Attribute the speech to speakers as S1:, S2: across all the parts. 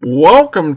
S1: Welcome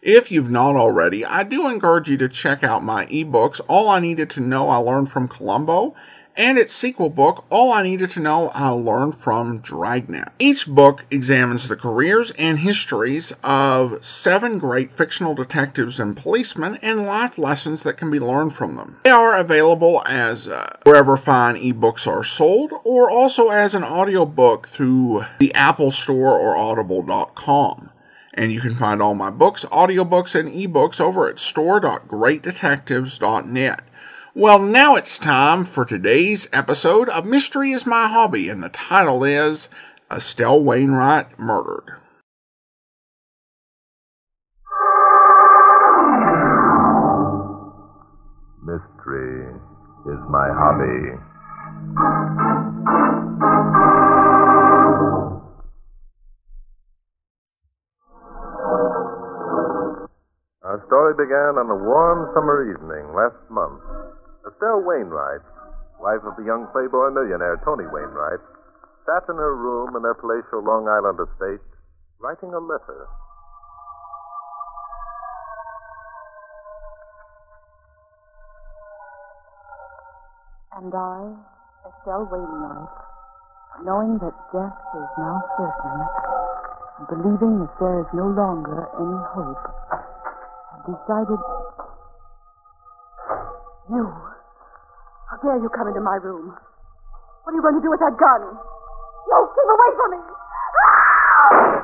S1: If you've not already, I do encourage you to check out my ebooks, All I Needed to Know I Learned from Columbo, and its sequel book, All I Needed to Know I Learned from Dragnet. Each book examines the careers and histories of seven great fictional detectives and policemen and life lessons that can be learned from them. They are available as uh, wherever fine ebooks are sold or also as an audiobook through the Apple Store or audible.com. And you can find all my books, audiobooks, and ebooks over at store.greatdetectives.net. Well, now it's time for today's episode of Mystery is My Hobby, and the title is Estelle Wainwright Murdered.
S2: Mystery is my hobby. Our story began on a warm summer evening last month. Estelle Wainwright, wife of the young playboy millionaire Tony Wainwright, sat in her room in their palatial Long Island estate, writing a letter.
S3: And I, Estelle Wainwright, knowing that death is now certain, and believing that there is no longer any hope, have decided.
S4: You! How dare you come into my room? What are you going to do with that gun? No, keep away from me! Ah!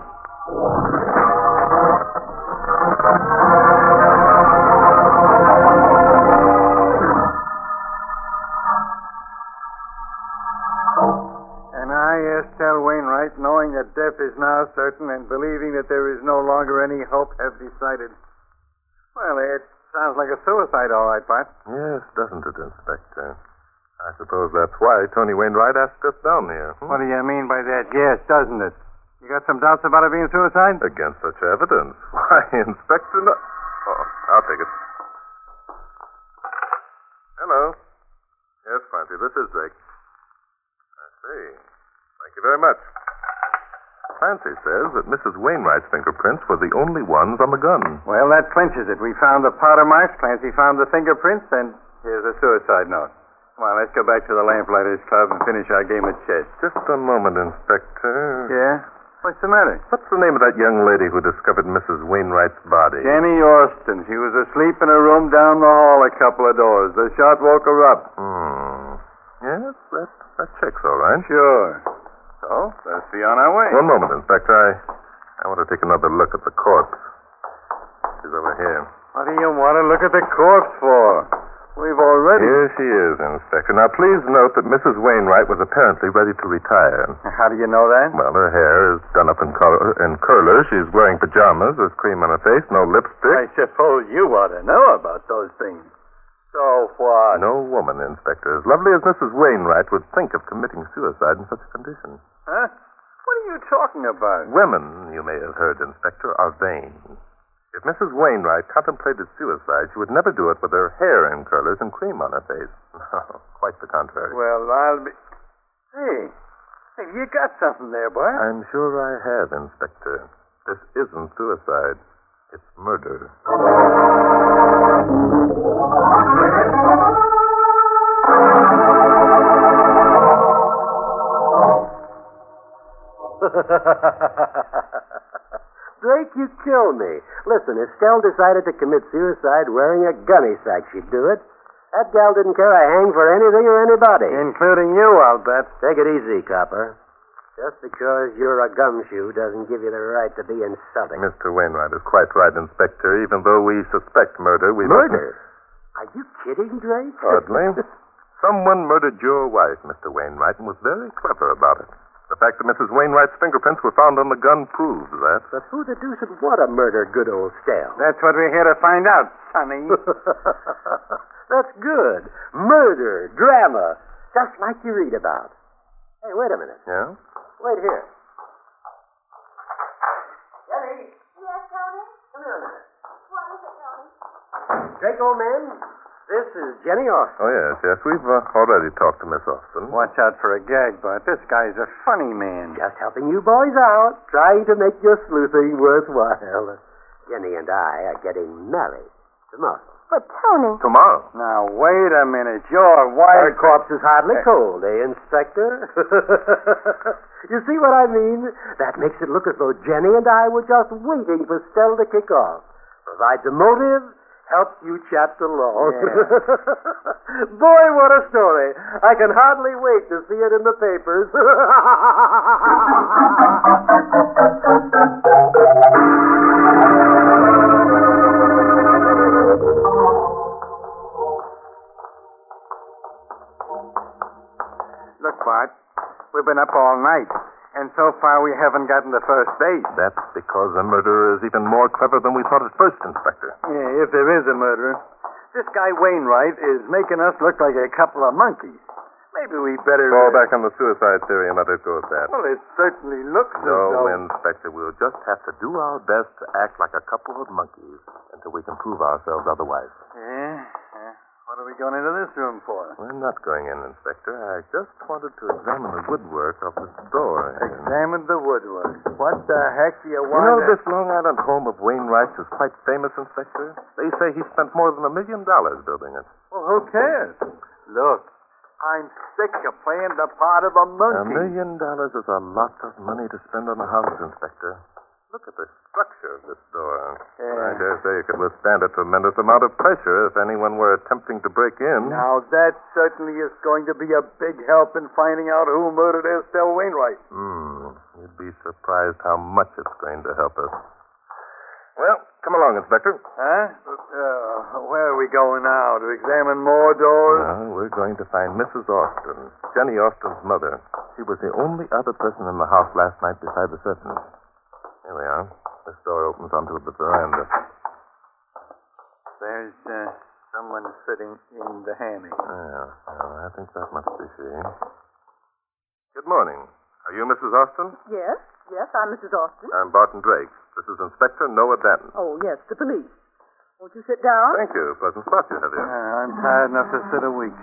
S5: And I, Estelle Wainwright, knowing that death is now certain and believing that there is no longer any hope, have decided. Well, it sounds like a suicide, all right, Bart.
S2: Yes, doesn't it, Inspector? I suppose that's why Tony Wainwright asked us down here. hmm?
S5: What do you mean by that? Yes, doesn't it? You got some doubts about it being suicide?
S2: Against such evidence. Why, Inspector. No- oh, I'll take it. Hello. Yes, Clancy, this is Drake. I see. Thank you very much. Clancy says that Mrs. Wainwright's fingerprints were the only ones on the gun.
S5: Well, that clinches it. We found the powder marks, Clancy found the fingerprints, and here's a suicide note. Come on, let's go back to the Lamplighters Club and finish our game of chess.
S2: Just a moment, Inspector.
S5: Yeah? What's the matter?
S2: What's the name of that young lady who discovered Mrs. Wainwright's body?
S5: Jenny Orston. She was asleep in a room down the hall a couple of doors. The shot woke her up.
S2: Hmm. Yes, that, that checks all right.
S5: Sure. So, let's be on our way.
S2: One moment, Inspector. I, I want to take another look at the corpse. She's over here.
S5: What do you want to look at the corpse for? We've already.
S2: Here she is, Inspector. Now, please note that Mrs. Wainwright was apparently ready to retire.
S5: How do you know that?
S2: Well, her hair is done up in, cur- in curlers. She's wearing pajamas. There's cream on her face. No
S5: I
S2: lipstick.
S5: suppose you ought to know about those things. So what?
S2: No woman, Inspector, as lovely as Mrs. Wainwright would think of committing suicide in such a condition.
S5: Huh? What are you talking about?
S2: Women, you may have heard, Inspector, are vain. If Mrs. Wainwright contemplated suicide, she would never do it with her hair in curlers and cream on her face. No, quite the contrary.
S5: Well, I'll be. Hey, hey, you got something there, boy.
S2: I'm sure I have, Inspector. This isn't suicide. It's murder.
S6: Drake, you kill me. Listen, if Stell decided to commit suicide wearing a gunny sack, she'd do it. That gal didn't care a hang for anything or anybody.
S5: Including you, I'll bet.
S6: Take it easy, copper. Just because you're a gumshoe doesn't give you the right to be insulting.
S2: Mr. Wainwright is quite right, Inspector. Even though we suspect murder, we
S6: Murder? Are you kidding, Drake?
S2: Hardly. Someone murdered your wife, Mr. Wainwright, and was very clever about it. The fact that Mrs. Wainwright's fingerprints were found on the gun proves that.
S6: But who the deuce would want to murder good old Stell?
S5: That's what we're here to find out, Sonny.
S6: That's good. Murder, drama, just like you read about. Hey, wait a minute.
S2: Yeah?
S6: Wait here.
S7: Jenny,
S8: Yes, Tony?
S6: come here a minute.
S8: What is it, Tony?
S6: Drake, old man, this is Jenny Austin.
S2: Oh, yes, yes. We've uh, already talked to Miss Austin.
S5: Watch out for a gag, Bart. This guy's a funny man.
S6: Just helping you boys out, trying to make your sleuthing worthwhile. Jenny and I are getting married tomorrow.
S4: But, Tony,
S2: Tomorrow.
S5: Now, wait a minute. Your
S6: Our
S5: wife.
S6: corpse is hardly
S5: Hey.
S6: cold, eh, Inspector? you see what I mean? That makes it look as though Jenny and I were just waiting for Stell to kick off. Provides a motive, helps you chaps along. Boy, what a story. I can hardly wait to see it in the papers.
S5: Look, Bart, we've been up all night, and so far we haven't gotten the first date.
S2: That's because the murderer is even more clever than we thought at first, Inspector.
S5: Yeah, if there is a murderer. This guy Wainwright is making us look like a couple of monkeys. Maybe we better.
S2: Fall back on the suicide theory and let it go at that.
S5: Well, it certainly looks as
S2: No,
S5: though.
S2: Inspector, we'll just have to do our best to act like a couple of monkeys until we can prove ourselves otherwise.
S5: Yeah, yeah. What are we going into this room for?
S2: We're not going in, Inspector. I just wanted to examine the woodwork of this door.
S5: Examine the woodwork. What the heck do you
S2: You know,
S5: want?
S2: this Long Island home of Wainwright's is quite famous, Inspector. They say he spent more than a million dollars building it.
S5: Well, who cares? Look, I'm sick of playing the part of a
S2: A
S5: monkey.
S2: million dollars is a lot of money to spend on a house, Inspector. Look at the structure of this door. I
S5: Yeah.
S2: dare say it could withstand a tremendous amount of pressure if anyone were attempting to break in.
S5: Now, that certainly is going to be a big help in finding out who murdered Estelle Wainwright.
S2: Hmm. You'd be surprised how much it's going to help us. Well, come along, Inspector.
S5: Huh? Uh, where are we going now? To examine more doors?
S2: Now, we're going to find Mrs. Austin, Jenny Austin's mother. She was the only other person in the house last night beside the servant. Here we are. This door opens onto the veranda.
S5: There's uh, someone sitting in the hammock.
S2: Yeah, well, uh, I think that must be she. Good morning. Are you Mrs. Austin?
S4: yes, yes, I'm Mrs. Austin.
S2: I'm Barton Drake. This is Inspector Noah Danton.
S4: Oh, yes, the police. Won't you sit down?
S2: Thank you. Pleasant spot you have here.
S5: Uh, I'm tired enough to sit a week.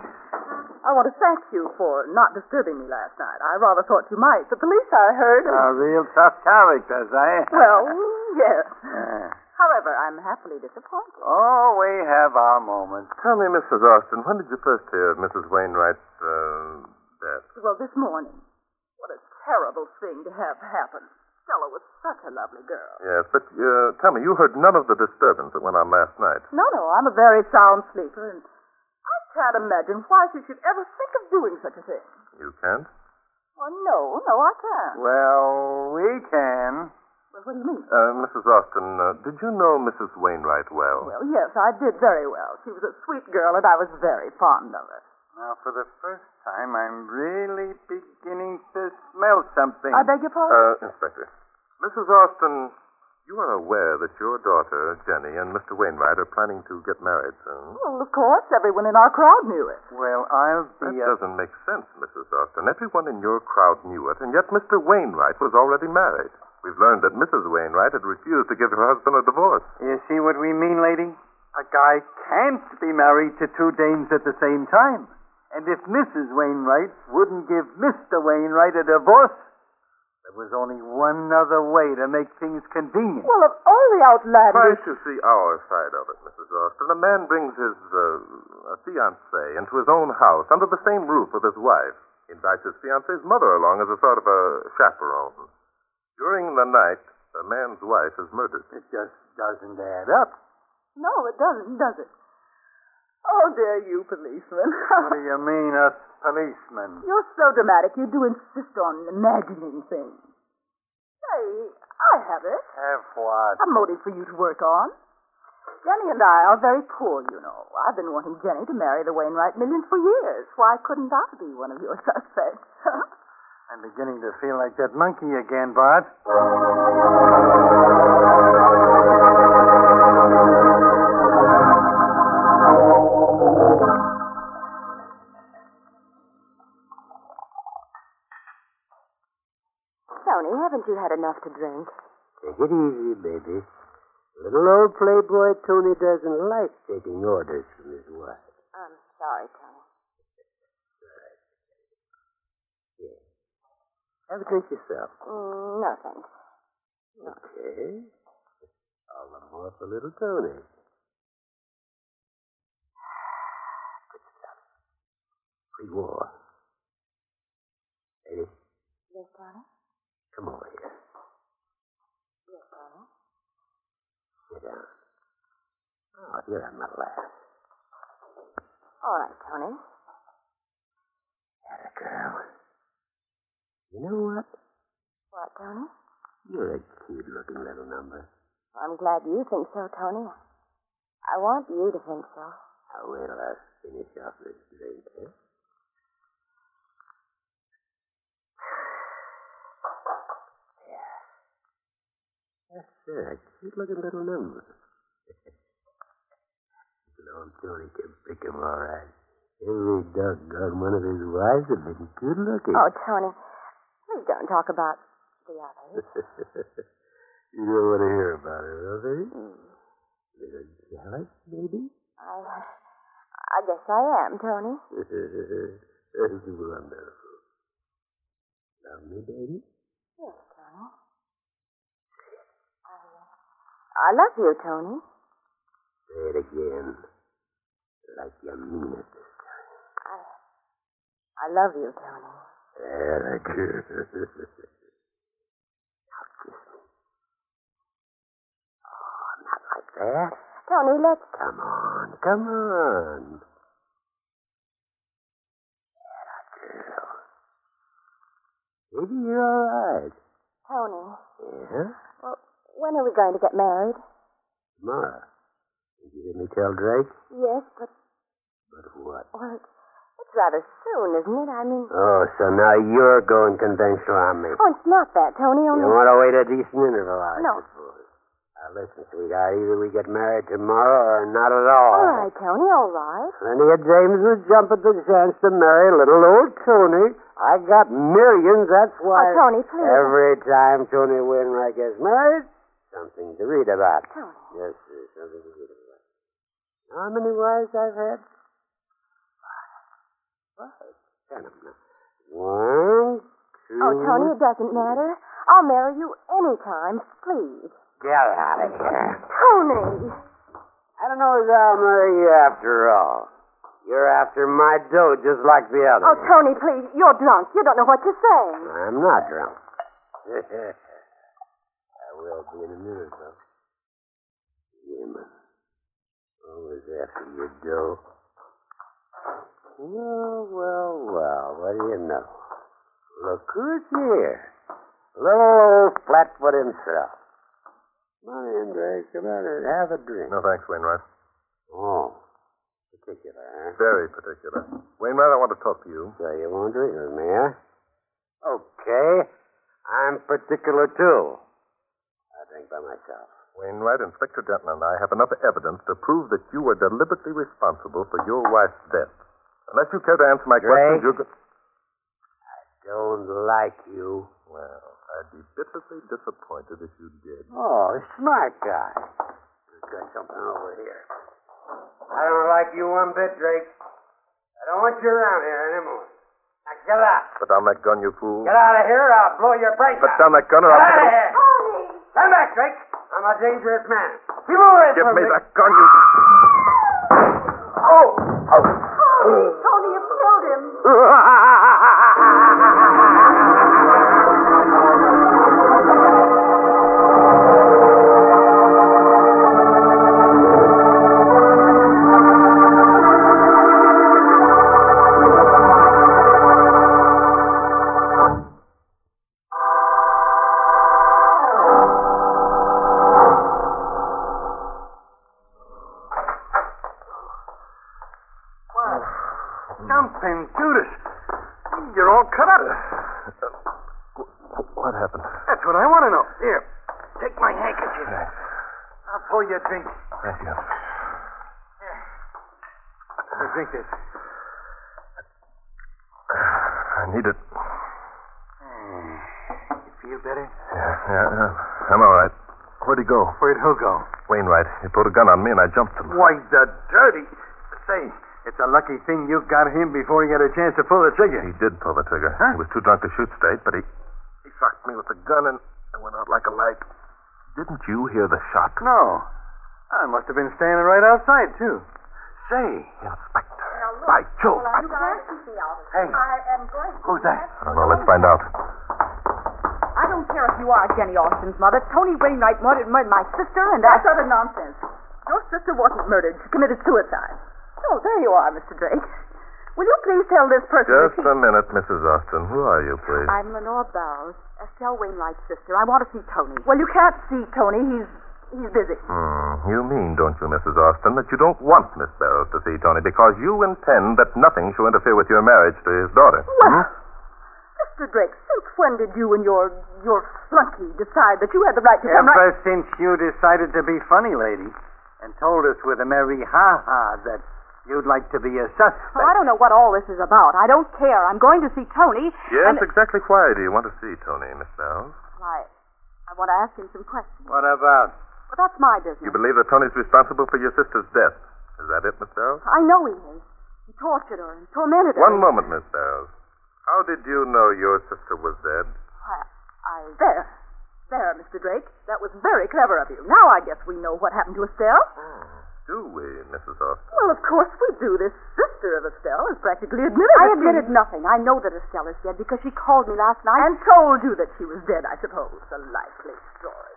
S4: I want to thank you for not disturbing me last night. I rather thought you might. The police, I heard.
S5: A real tough characters, eh?
S4: Well, yes.
S5: Yeah.
S4: However, I'm happily disappointed.
S5: Oh, we have our moments.
S2: Tell me, Mrs. Austin, when did you first hear of Mrs. Wainwright's uh, death?
S4: Well, this morning. What a terrible thing to have happen. Stella was such a lovely girl.
S2: Yes, but uh, tell me, you heard none of the disturbance that went on last night.
S4: No, no, I'm a very sound sleeper, and I can't imagine why she should ever think of doing such a thing.
S2: You can't?
S4: Well, no, no, I can't.
S5: Well, we can.
S4: Well, what do you mean?
S2: Uh, Mrs. Austin, uh, did you know Mrs. Wainwright well?
S4: Well, yes, I did very well. She was a sweet girl, and I was very fond of her.
S5: Now, for the first time, I'm really beginning to smell something.
S4: I beg your pardon?
S2: Uh, Inspector, Mrs. Austin, you are aware that your daughter, Jenny, and Mr. Wainwright are planning to get married soon.
S4: well, of course, everyone in our crowd knew it.
S5: Well, I'll
S2: That
S5: be a...
S2: doesn't make sense, Mrs. Austin. Everyone in your crowd knew it, and yet Mr. Wainwright was already married. We've learned that Mrs. Wainwright had refused to give her husband a divorce.
S5: You see what we mean, lady? A guy can't be married to two dames at the same time. And if Mrs. Wainwright wouldn't give Mr. Wainwright a divorce, there was only one other way to make things convenient.
S4: Well, of all the
S2: Try
S4: outlandish.
S2: to see our side of it, Mrs. Austin. A man brings his uh, fiancee into his own house under the same roof with his wife. He invites his fiancee's mother along as a sort of a chaperone. During the night, the man's wife is murdered.
S5: It just doesn't add up.
S4: No, it doesn't, does it? Oh, dear you, policeman.
S5: What do you mean, us policemen?
S4: You're so dramatic, you do insist on imagining things. Say, I have it.
S5: Have what?
S4: A motive for you to work on. Jenny and I are very poor, you know. I've been wanting Jenny to marry the Wainwright millions for years. Why couldn't I be one of your suspects?
S5: I'm beginning to feel like that monkey again, Bart.
S4: Tony, haven't you had enough to drink?
S6: Take it easy, baby. Little old playboy Tony doesn't like taking orders from his wife.
S4: I'm sorry, Tony.
S6: Have a drink yourself.
S4: Mm, no, thanks.
S6: Okay. Uh-huh. All the more for little Tony. Good stuff. Pre-war. Lady,
S4: Yes, Tony?
S6: come over here.
S4: Yes, Tony.
S6: Sit down. Oh, here I'm my lad.
S4: All right, Tony.
S6: Atta girl. You know what?
S4: What, Tony?
S6: You're a cute looking little number.
S4: I'm glad you think so, Tony. I want you to think so.
S6: Now wait till I finish off this drink, huh? Yeah. That's it. A cute looking little number. Little old Tony can pick him all right. Every doggone one of his wives have been good looking.
S4: Oh, Tony, please don't talk about the others.
S6: you don't want to hear about it, huh, baby? Little jealous, maybe?
S4: I, I guess I am, Tony.
S6: That's wonderful. Love me, baby?
S4: Yes, Tony. I, I love you, Tony.
S6: Say it again. Like you mean it.
S4: I, I love you, Tony.
S6: There, I do. Now kiss me. Oh, not like that.
S4: Tony, let's.
S6: Come on, come on. Atta girl. Maybe you're all right.
S4: Tony,
S6: Yeah?
S4: well, when are we going to get married?
S6: Tomorrow. Did you hear me tell Drake?
S4: Yes, but,
S6: But what?
S4: well, it's, it's rather soon, isn't it? I mean.
S6: Oh, so now you're going conventional on me.
S4: Oh, it's not that, Tony.
S6: You
S4: Only.
S6: want to wait a decent interval, I
S4: No.
S6: suppose. Now, listen, sweetheart, either we get married tomorrow or not at all.
S4: All right, Tony, all right. Oh,
S6: Plenty of James would jump at the chance to marry little old Tony. I got millions, that's
S4: Oh,
S6: why.
S4: Tony, please.
S6: Every time Tony Wainwright gets married, something to read about.
S4: Tony.
S6: Yes, sir, something to read about. How many wives I've had? Five. Five. Count 'em now. One, two.
S4: Oh, Tony, it doesn't matter. I'll marry you anytime, please.
S6: Get out of here.
S4: Tony!
S6: I don't know as I'll marry you after all. You're after my dough just like the other.
S4: Oh, Tony, please. You're drunk. You don't know what you're saying.
S6: I'm not drunk. I will be in a minute, though. Women. Always after your dough. Well, well, well, what do you know? Look who's here. Little old flatfoot himself. Come on in, Drake. Come on in. Have a drink.
S2: No thanks, Wainwright.
S6: Oh, particular, huh?
S2: Very particular. Wainwright, I want to talk to you.
S6: So you won't drink with me, huh? Okay. I'm particular, too. I drink by myself.
S2: Wainwright, Inspector Denton and I have enough evidence to prove that you were deliberately responsible for your wife's death. Unless you care to answer my questions, you...
S6: Drake.
S2: go-
S6: Don't like you.
S2: Well, I'd be bitterly disappointed if you did.
S6: Oh, smart guy. We've got something over here. I don't like you one bit, Drake. I don't want you around here anymore. Now get out.
S2: Put down that gun, you fool.
S6: Get out of here or I'll blow your brains
S2: Put
S6: out.
S2: down that gun or
S6: Get
S2: I'll...
S6: out of
S2: put it-
S6: here. Come back, Drake. I'm a dangerous man. Keep away
S2: Give
S6: from
S2: me
S6: me.
S2: that gun, you... Oh! Oh!
S9: Tony, you killed him.
S5: Jumping Judas. You're all cut up.
S2: Wh- What happened?
S5: That's what I want to know. Here, take my handkerchief. I'll pour you a drink.
S2: Thank you.
S5: Here, drink this.
S2: I need it.
S5: You Feel better?
S2: Yeah, yeah, yeah. I'm all right. Where'd he go?
S5: Where'd who go?
S2: Wainwright. He put a gun on me and I jumped him.
S5: Why, the dirty. Say, it's a lucky thing you got him before he had a chance to pull the trigger.
S2: He did pull the trigger.
S5: Huh?
S2: He was too drunk to shoot straight, but he he socked me with the gun and I went out like a light. Didn't you hear the shot?
S5: No. I must have been standing right outside, too.
S2: Say, Inspector. By Jove. I...
S5: Hey.
S8: I am going to.
S5: Who's that?
S2: I don't know. Let's find out.
S4: I don't care if you are Jenny Austin's mother. Tony Wainwright murdered, murdered my sister, and that's utter nonsense. Your sister wasn't murdered. She committed suicide. Oh, there you are, Mr. Drake. Will you please tell this person that
S2: Just
S4: she...
S2: a minute, Mrs. Austin. Who are you, please?
S7: I'm Lenore Bowles, Estelle Wainwright's sister. I want to see Tony.
S4: Well, you can't see Tony. He's he's busy.
S2: Hmm. You mean, don't you, Mrs. Austin, that you don't want Miss Barrows to see Tony because you intend that nothing shall interfere with your marriage to his daughter?
S4: Well, Mr. Drake, since when did you and your your flunky decide that you had the right to come right?
S5: Ever since you decided to be funny, lady, and told us with a merry ha-ha that you'd like to be a suspect.
S7: Oh, I don't know what all this is about. I don't care. I'm going to see Tony.
S2: Yes,
S7: and-
S2: exactly why do you want to see Tony, Miss Barrows?
S7: I, I want to ask him some questions.
S5: What about?
S7: But that's my
S2: You
S7: business.
S2: believe that Tony's responsible for your sister's death. Is that it, Miss Barrows?
S7: I know he is. He tortured her and tormented her.
S2: One moment, Miss Barrows. How did you know your sister was dead?
S7: I, I-
S4: There. There, Mr. Drake. That was very clever of you. Now I guess we know what happened to Estelle.
S2: Hmm, Do we, Mrs. Austin?
S4: Well, of course we do. This sister of Estelle has practically admitted
S7: I
S4: that she-
S7: admitted nothing. I know that Estelle is dead because she called me last night.
S4: And told you that she was dead, I suppose. A likely story.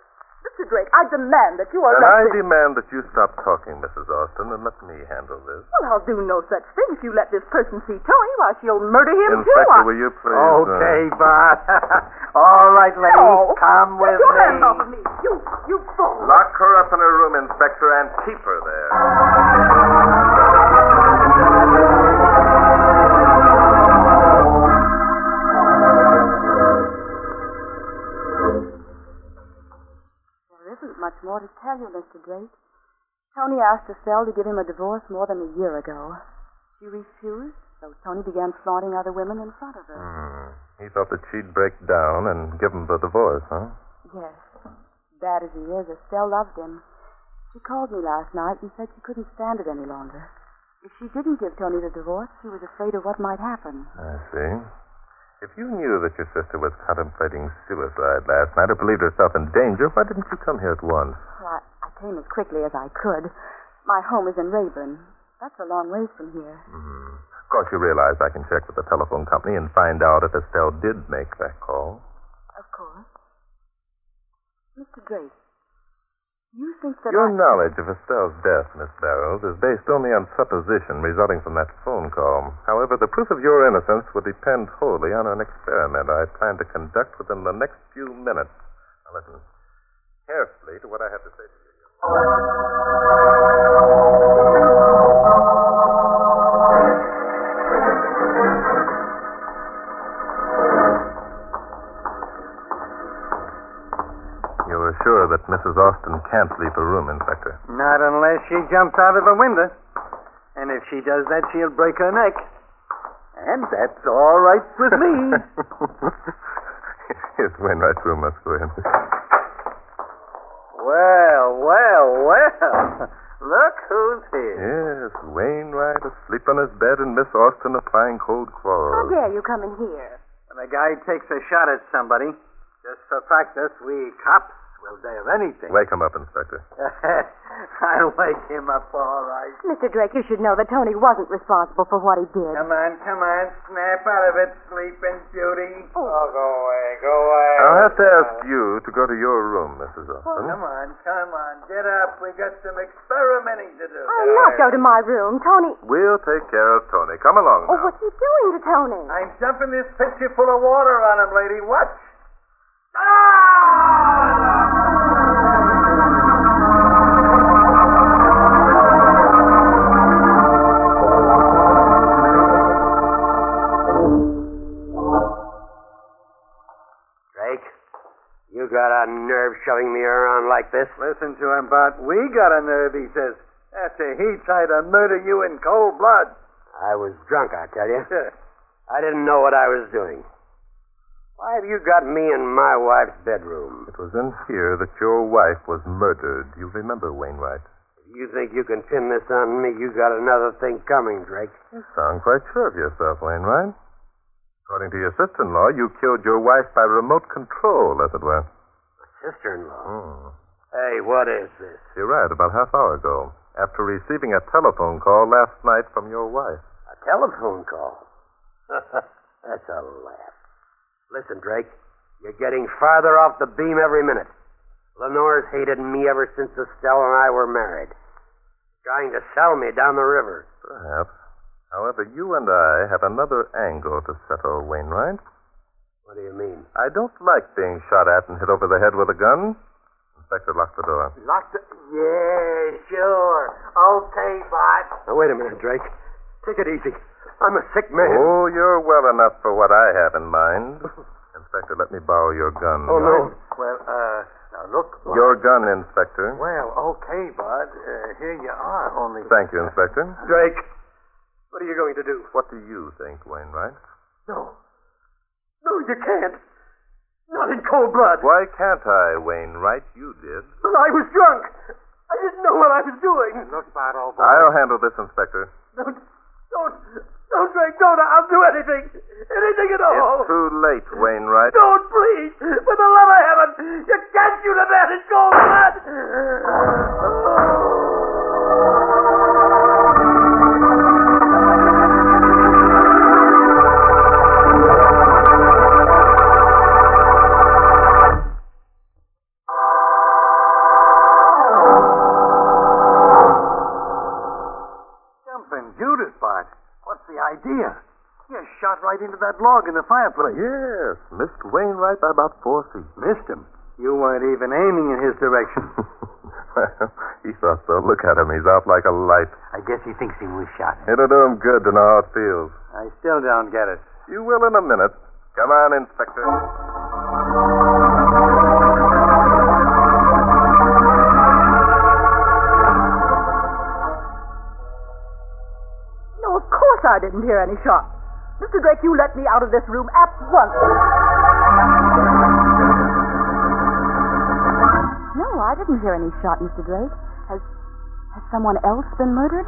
S4: Mr. Drake, I demand that you are
S2: Then I
S4: arrested.
S2: demand that you stop talking, Mrs. Austin, and let me handle this.
S4: Well, I'll do no such thing if you let this person see Tony. Why, she'll murder him, too.
S2: Inspector,
S4: I-
S2: will you please? uh,
S5: Okay, but all right, lady,
S4: No.
S5: come with
S4: Get your
S5: me.
S4: hands off of me. You, you fool.
S2: Lock her up in her room, Inspector, and keep her there.
S7: There isn't much more to tell you, Mr. Drake. Tony asked Estelle to give him a divorce more than a year ago. She refused, so Tony began flaunting other women in front of her.
S2: Hmm. He thought that she'd break down and give him the divorce, huh?
S7: Yes. Bad as he is, Estelle loved him. She called me last night and said she couldn't stand it any longer. If she didn't give Tony the divorce, she was afraid of what might happen.
S2: I see. If you knew that your sister was contemplating suicide last night or believed herself in danger, why didn't you come here at once?
S7: Well, I, I came as quickly as I could. My home is in Rayburn. That's a long ways from here.
S2: Hmm. Of course, you realize I can check with the telephone company and find out if Estelle did make that call.
S7: Of course. Mr. Drake, you think that
S2: Your
S7: I...
S2: knowledge of Estelle's death, Miss Barrows, is based only on supposition resulting from that phone call. However, the proof of your innocence would depend wholly on an experiment I plan to conduct within the next few minutes. Now listen carefully to what I have to say to you. You're sure that Mrs. Austin can't leave her room, Inspector?
S5: Not unless she jumps out of the window. And if she does that, she'll break her neck. And that's all right with me.
S2: Here's Wainwright's room. Let's go in.
S5: well, well, well. Look who's here.
S2: Yes, Wainwright asleep on his bed and Miss Austin applying cold
S4: Oh,
S7: How
S2: quarrels.
S7: dare you come in here?
S5: When a guy takes a shot at somebody, just for practice, we cops will dare anything.
S2: Wake him up, Inspector.
S5: I'll wake him up all right.
S7: Mr. Drake, you should know that Tony wasn't responsible for what he did.
S5: Come on, come on. Snap out of it, sleeping beauty. Oh, go away, go away.
S2: I'll have to ask you to go to your room, Mrs. Austin.
S5: Come on, come on. Get up. We got some experimenting to do.
S7: I'll not go to my room. Tony...
S2: We'll take care of Tony. Come along
S7: Oh,
S2: now.
S7: what are you doing to Tony?
S5: I'm dumping this pitcher full of water on him, lady. Watch.
S6: Drake, you got a nerve shoving me around like this.
S5: Listen to him, Bart. We got a nerve, he says. After he tried to murder you in cold blood.
S6: I was drunk, I tell you.
S5: Sure.
S6: I didn't know what I was doing. Why have you got me in my wife's bedroom?
S2: It was in here that your wife was murdered. You remember, Wainwright?
S6: If you think you can pin this on me, you got another thing coming, Drake.
S2: You sound quite sure of yourself, Wainwright. According to your sister-in-law, you killed your wife by remote control, as it were.
S6: Sister-in-law.
S2: Hmm.
S6: Hey, what is this?
S2: You're right, about half hour ago, after receiving a telephone call last night from your wife.
S6: A telephone call. That's a laugh. Listen, Drake, you're getting farther off the beam every minute. Lenore's hated me ever since Estelle and I were married. Trying to sell me down the river.
S2: Perhaps. However, you and I have another angle to settle, Wainwright.
S6: What do you mean?
S2: I don't like being shot at and hit over the head with a gun. Inspector, lock the door.
S6: Lots of... Yeah, sure. Okay, Bob. Now, wait a minute, Drake. Take it easy. I'm a sick man.
S2: Oh, you're well enough for what I have in mind. Inspector, let me borrow your gun.
S6: Oh, no.
S5: Well, uh, now look. Bud.
S2: Your gun, Inspector.
S5: Well, okay, Bud. Uh, here you are, only.
S2: Thank you, Inspector.
S6: Drake, what are you going to do?
S2: What do you think, Wainwright?
S6: No. No, you can't. Not in cold blood.
S2: Why can't I, Wainwright? You did.
S6: But I was drunk. I didn't know what I was doing.
S5: Look, Bud, old boy.
S2: I'll handle this, Inspector.
S6: Don't, don't, don't, Drake, don't. I'll do anything. Anything at all.
S2: It's Oh, too late, Wainwright.
S6: Don't, please. For the love of heaven, you can't shoot a man in cold blood.
S5: Jumping Judas, Bud. What's the idea? You shot right into that log in the fireplace.
S2: Yes, missed Wainwright by about four feet.
S5: Missed him. You weren't even aiming in his direction.
S2: well, he thought so. Look at him. He's out like a light.
S5: I guess he thinks he was shot.
S2: It'll do him good to know how it feels.
S5: I still don't get it.
S2: You will in a minute. Come on, Inspector.
S4: No, of course I didn't hear any shots. Mr. Drake, you let me out of this room at once.
S7: No, I didn't hear any shot, Mr. Drake. Has has someone else been murdered?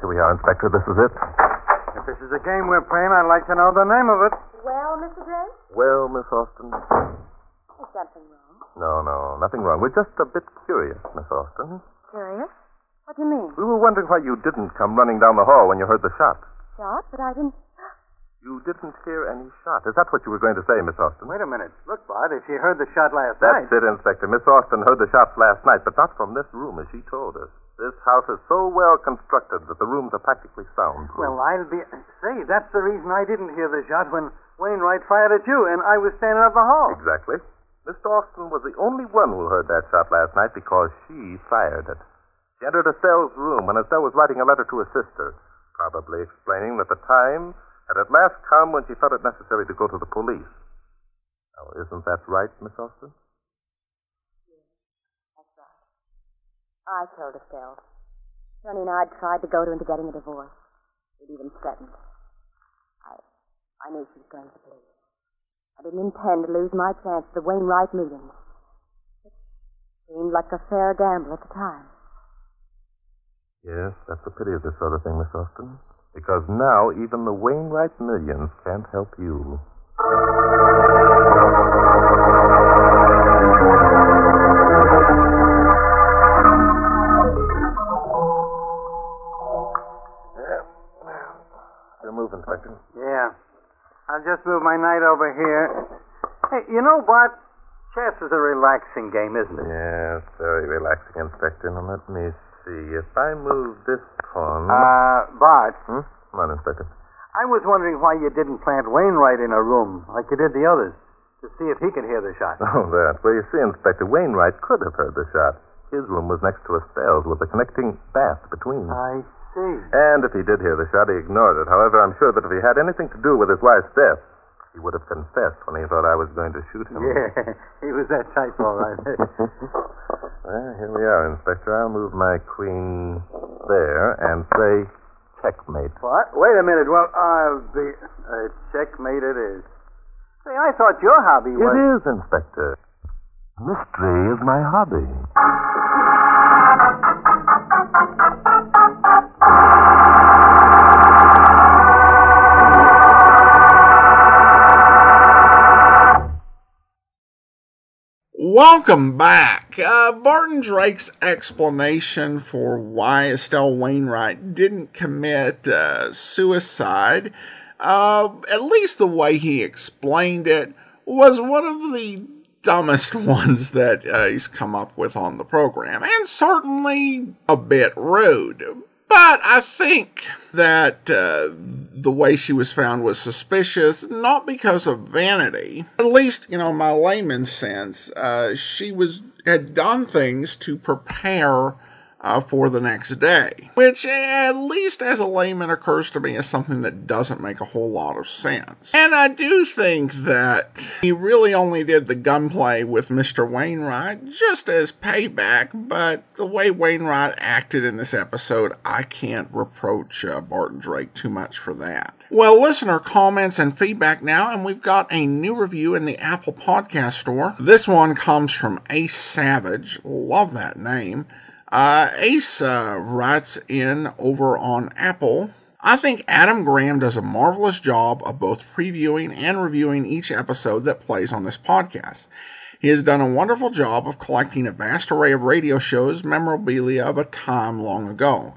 S2: Here we are, Inspector. This is it.
S5: If this is a game we're playing, I'd like to know the name of it.
S8: Well, Mr. Drake?
S2: Well, Miss Austin.
S8: Is something wrong?
S2: No, no, nothing wrong. We're just a bit curious, Miss Austin.
S7: Curious? What do you mean?
S2: We were wondering why you didn't come running down the hall when you heard the shot.
S7: Shot? But I didn't.
S2: You didn't hear any shot. Is that what you were going to say, Miss Austin?
S5: Wait a minute. Look, Bud, if she heard the shot last
S2: That's
S5: night.
S2: it, Inspector. Miss Austin heard the shots last night, but not from this room, as she told us. This house is so well constructed that the rooms are practically sound.
S5: Well, I'll be. Say, that's the reason I didn't hear the shot when Wainwright fired at you, and I was standing up the hall.
S2: Exactly. Miss Austin was the only one who heard that shot last night because she fired it. She entered Estelle's room when Estelle was writing a letter to her sister, probably explaining that the time had at last come when she felt it necessary to go to the police. Now, isn't that right, Miss Austin?
S7: That's right. I killed Estelle. Tony and I had tried to goad her into getting a divorce. We'd even threatened. I, I knew she was going to plead. I didn't intend to lose my chance at the Wainwright millions. It seemed like a fair gamble at the time.
S2: Yes, that's the pity of this sort of thing, Miss Austin. Because now even the Wainwright millions can't help you. Your move, Inspector.
S5: Yeah. I'll just move my night over here. Hey, you know what? Chess is a relaxing game, isn't it?
S2: Yes, very relaxing, Inspector. Now let me see. If I move this pawn.
S5: Uh, Bart,
S2: Hmm? Come on, Inspector.
S5: I was wondering why you didn't plant Wainwright in a room like you did the others to see if he could hear the shot.
S2: Oh, that. Well, you see, Inspector Wainwright could have heard the shot. His room was next to Estelle's with a connecting bath between.
S5: I see.
S2: And if he did hear the shot, he ignored it. However, I'm sure that if he had anything to do with his wife's death, He would have confessed when he thought I was going to shoot him.
S5: Yeah, he was that type, all right.
S2: well, here we are, Inspector. I'll move my queen there and say checkmate.
S5: what? Wait a minute. Well, I'll be. Uh, checkmate it is. Say, I thought your hobby
S2: It
S5: was.
S2: is, Inspector. Mystery is my hobby.
S1: Welcome back. Uh, Barton Drake's explanation for why Estelle Wainwright didn't commit uh, suicide, uh, at least the way he explained it, was one of the dumbest ones that uh, he's come up with on the program, and certainly a bit rude. But I think that uh, the way she was found was suspicious, not because of vanity. At least, you know, in my layman's sense, uh, she was had done things to prepare uh, for the next day, which, eh, at least as a layman, occurs to me as something that doesn't make a whole lot of sense. And I do think that he really only did the gunplay with Mr. Wainwright just as payback, but the way Wainwright acted in this episode, I can't reproach uh, Barton Drake too much for that. Well, listener comments and feedback now, and we've got a new review in the Apple Podcast Store. This one comes from Ace Savage. Love that name. Uh, Ace uh, writes in over on Apple. I think Adam Graham does a marvelous job of both previewing and reviewing each episode that plays on this podcast. He has done a wonderful job of collecting a vast array of radio shows, memorabilia of a time long ago,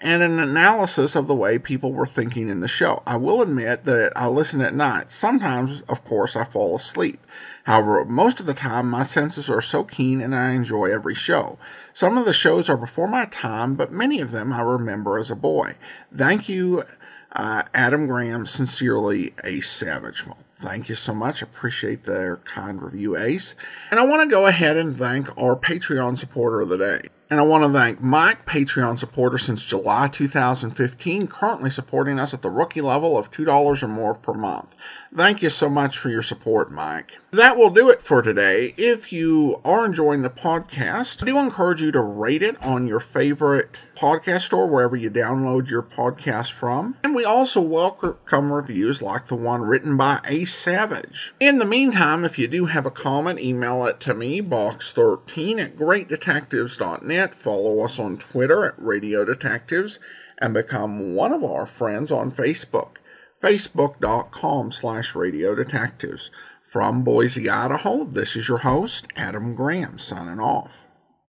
S1: and an analysis of the way people were thinking in the show. I will admit that I listen at night. Sometimes, of course, I fall asleep. However, most of the time, my senses are so keen and I enjoy every show. Some of the shows are before my time, but many of them I remember as a boy. Thank you, uh, Adam Graham. Sincerely, Ace Savage. Well, thank you so much. Appreciate their kind review, Ace. And I want to go ahead and thank our Patreon supporter of the day. And I want to thank Mike, Patreon supporter since July 2015, currently supporting us at the rookie level of $2 or more per month. Thank you so much for your support, Mike. That will do it for today. If you are enjoying the podcast, I do encourage you to rate it on your favorite podcast store, wherever you download your podcast from. And we also welcome reviews like the one written by Ace Savage. In the meantime, if you do have a comment, email it to me, box13 at greatdetectives.net. Follow us on Twitter at Radio Detectives and become one of our friends on Facebook facebook.com slash radio detectives. From Boise, Idaho, this is your host, Adam Graham, signing off.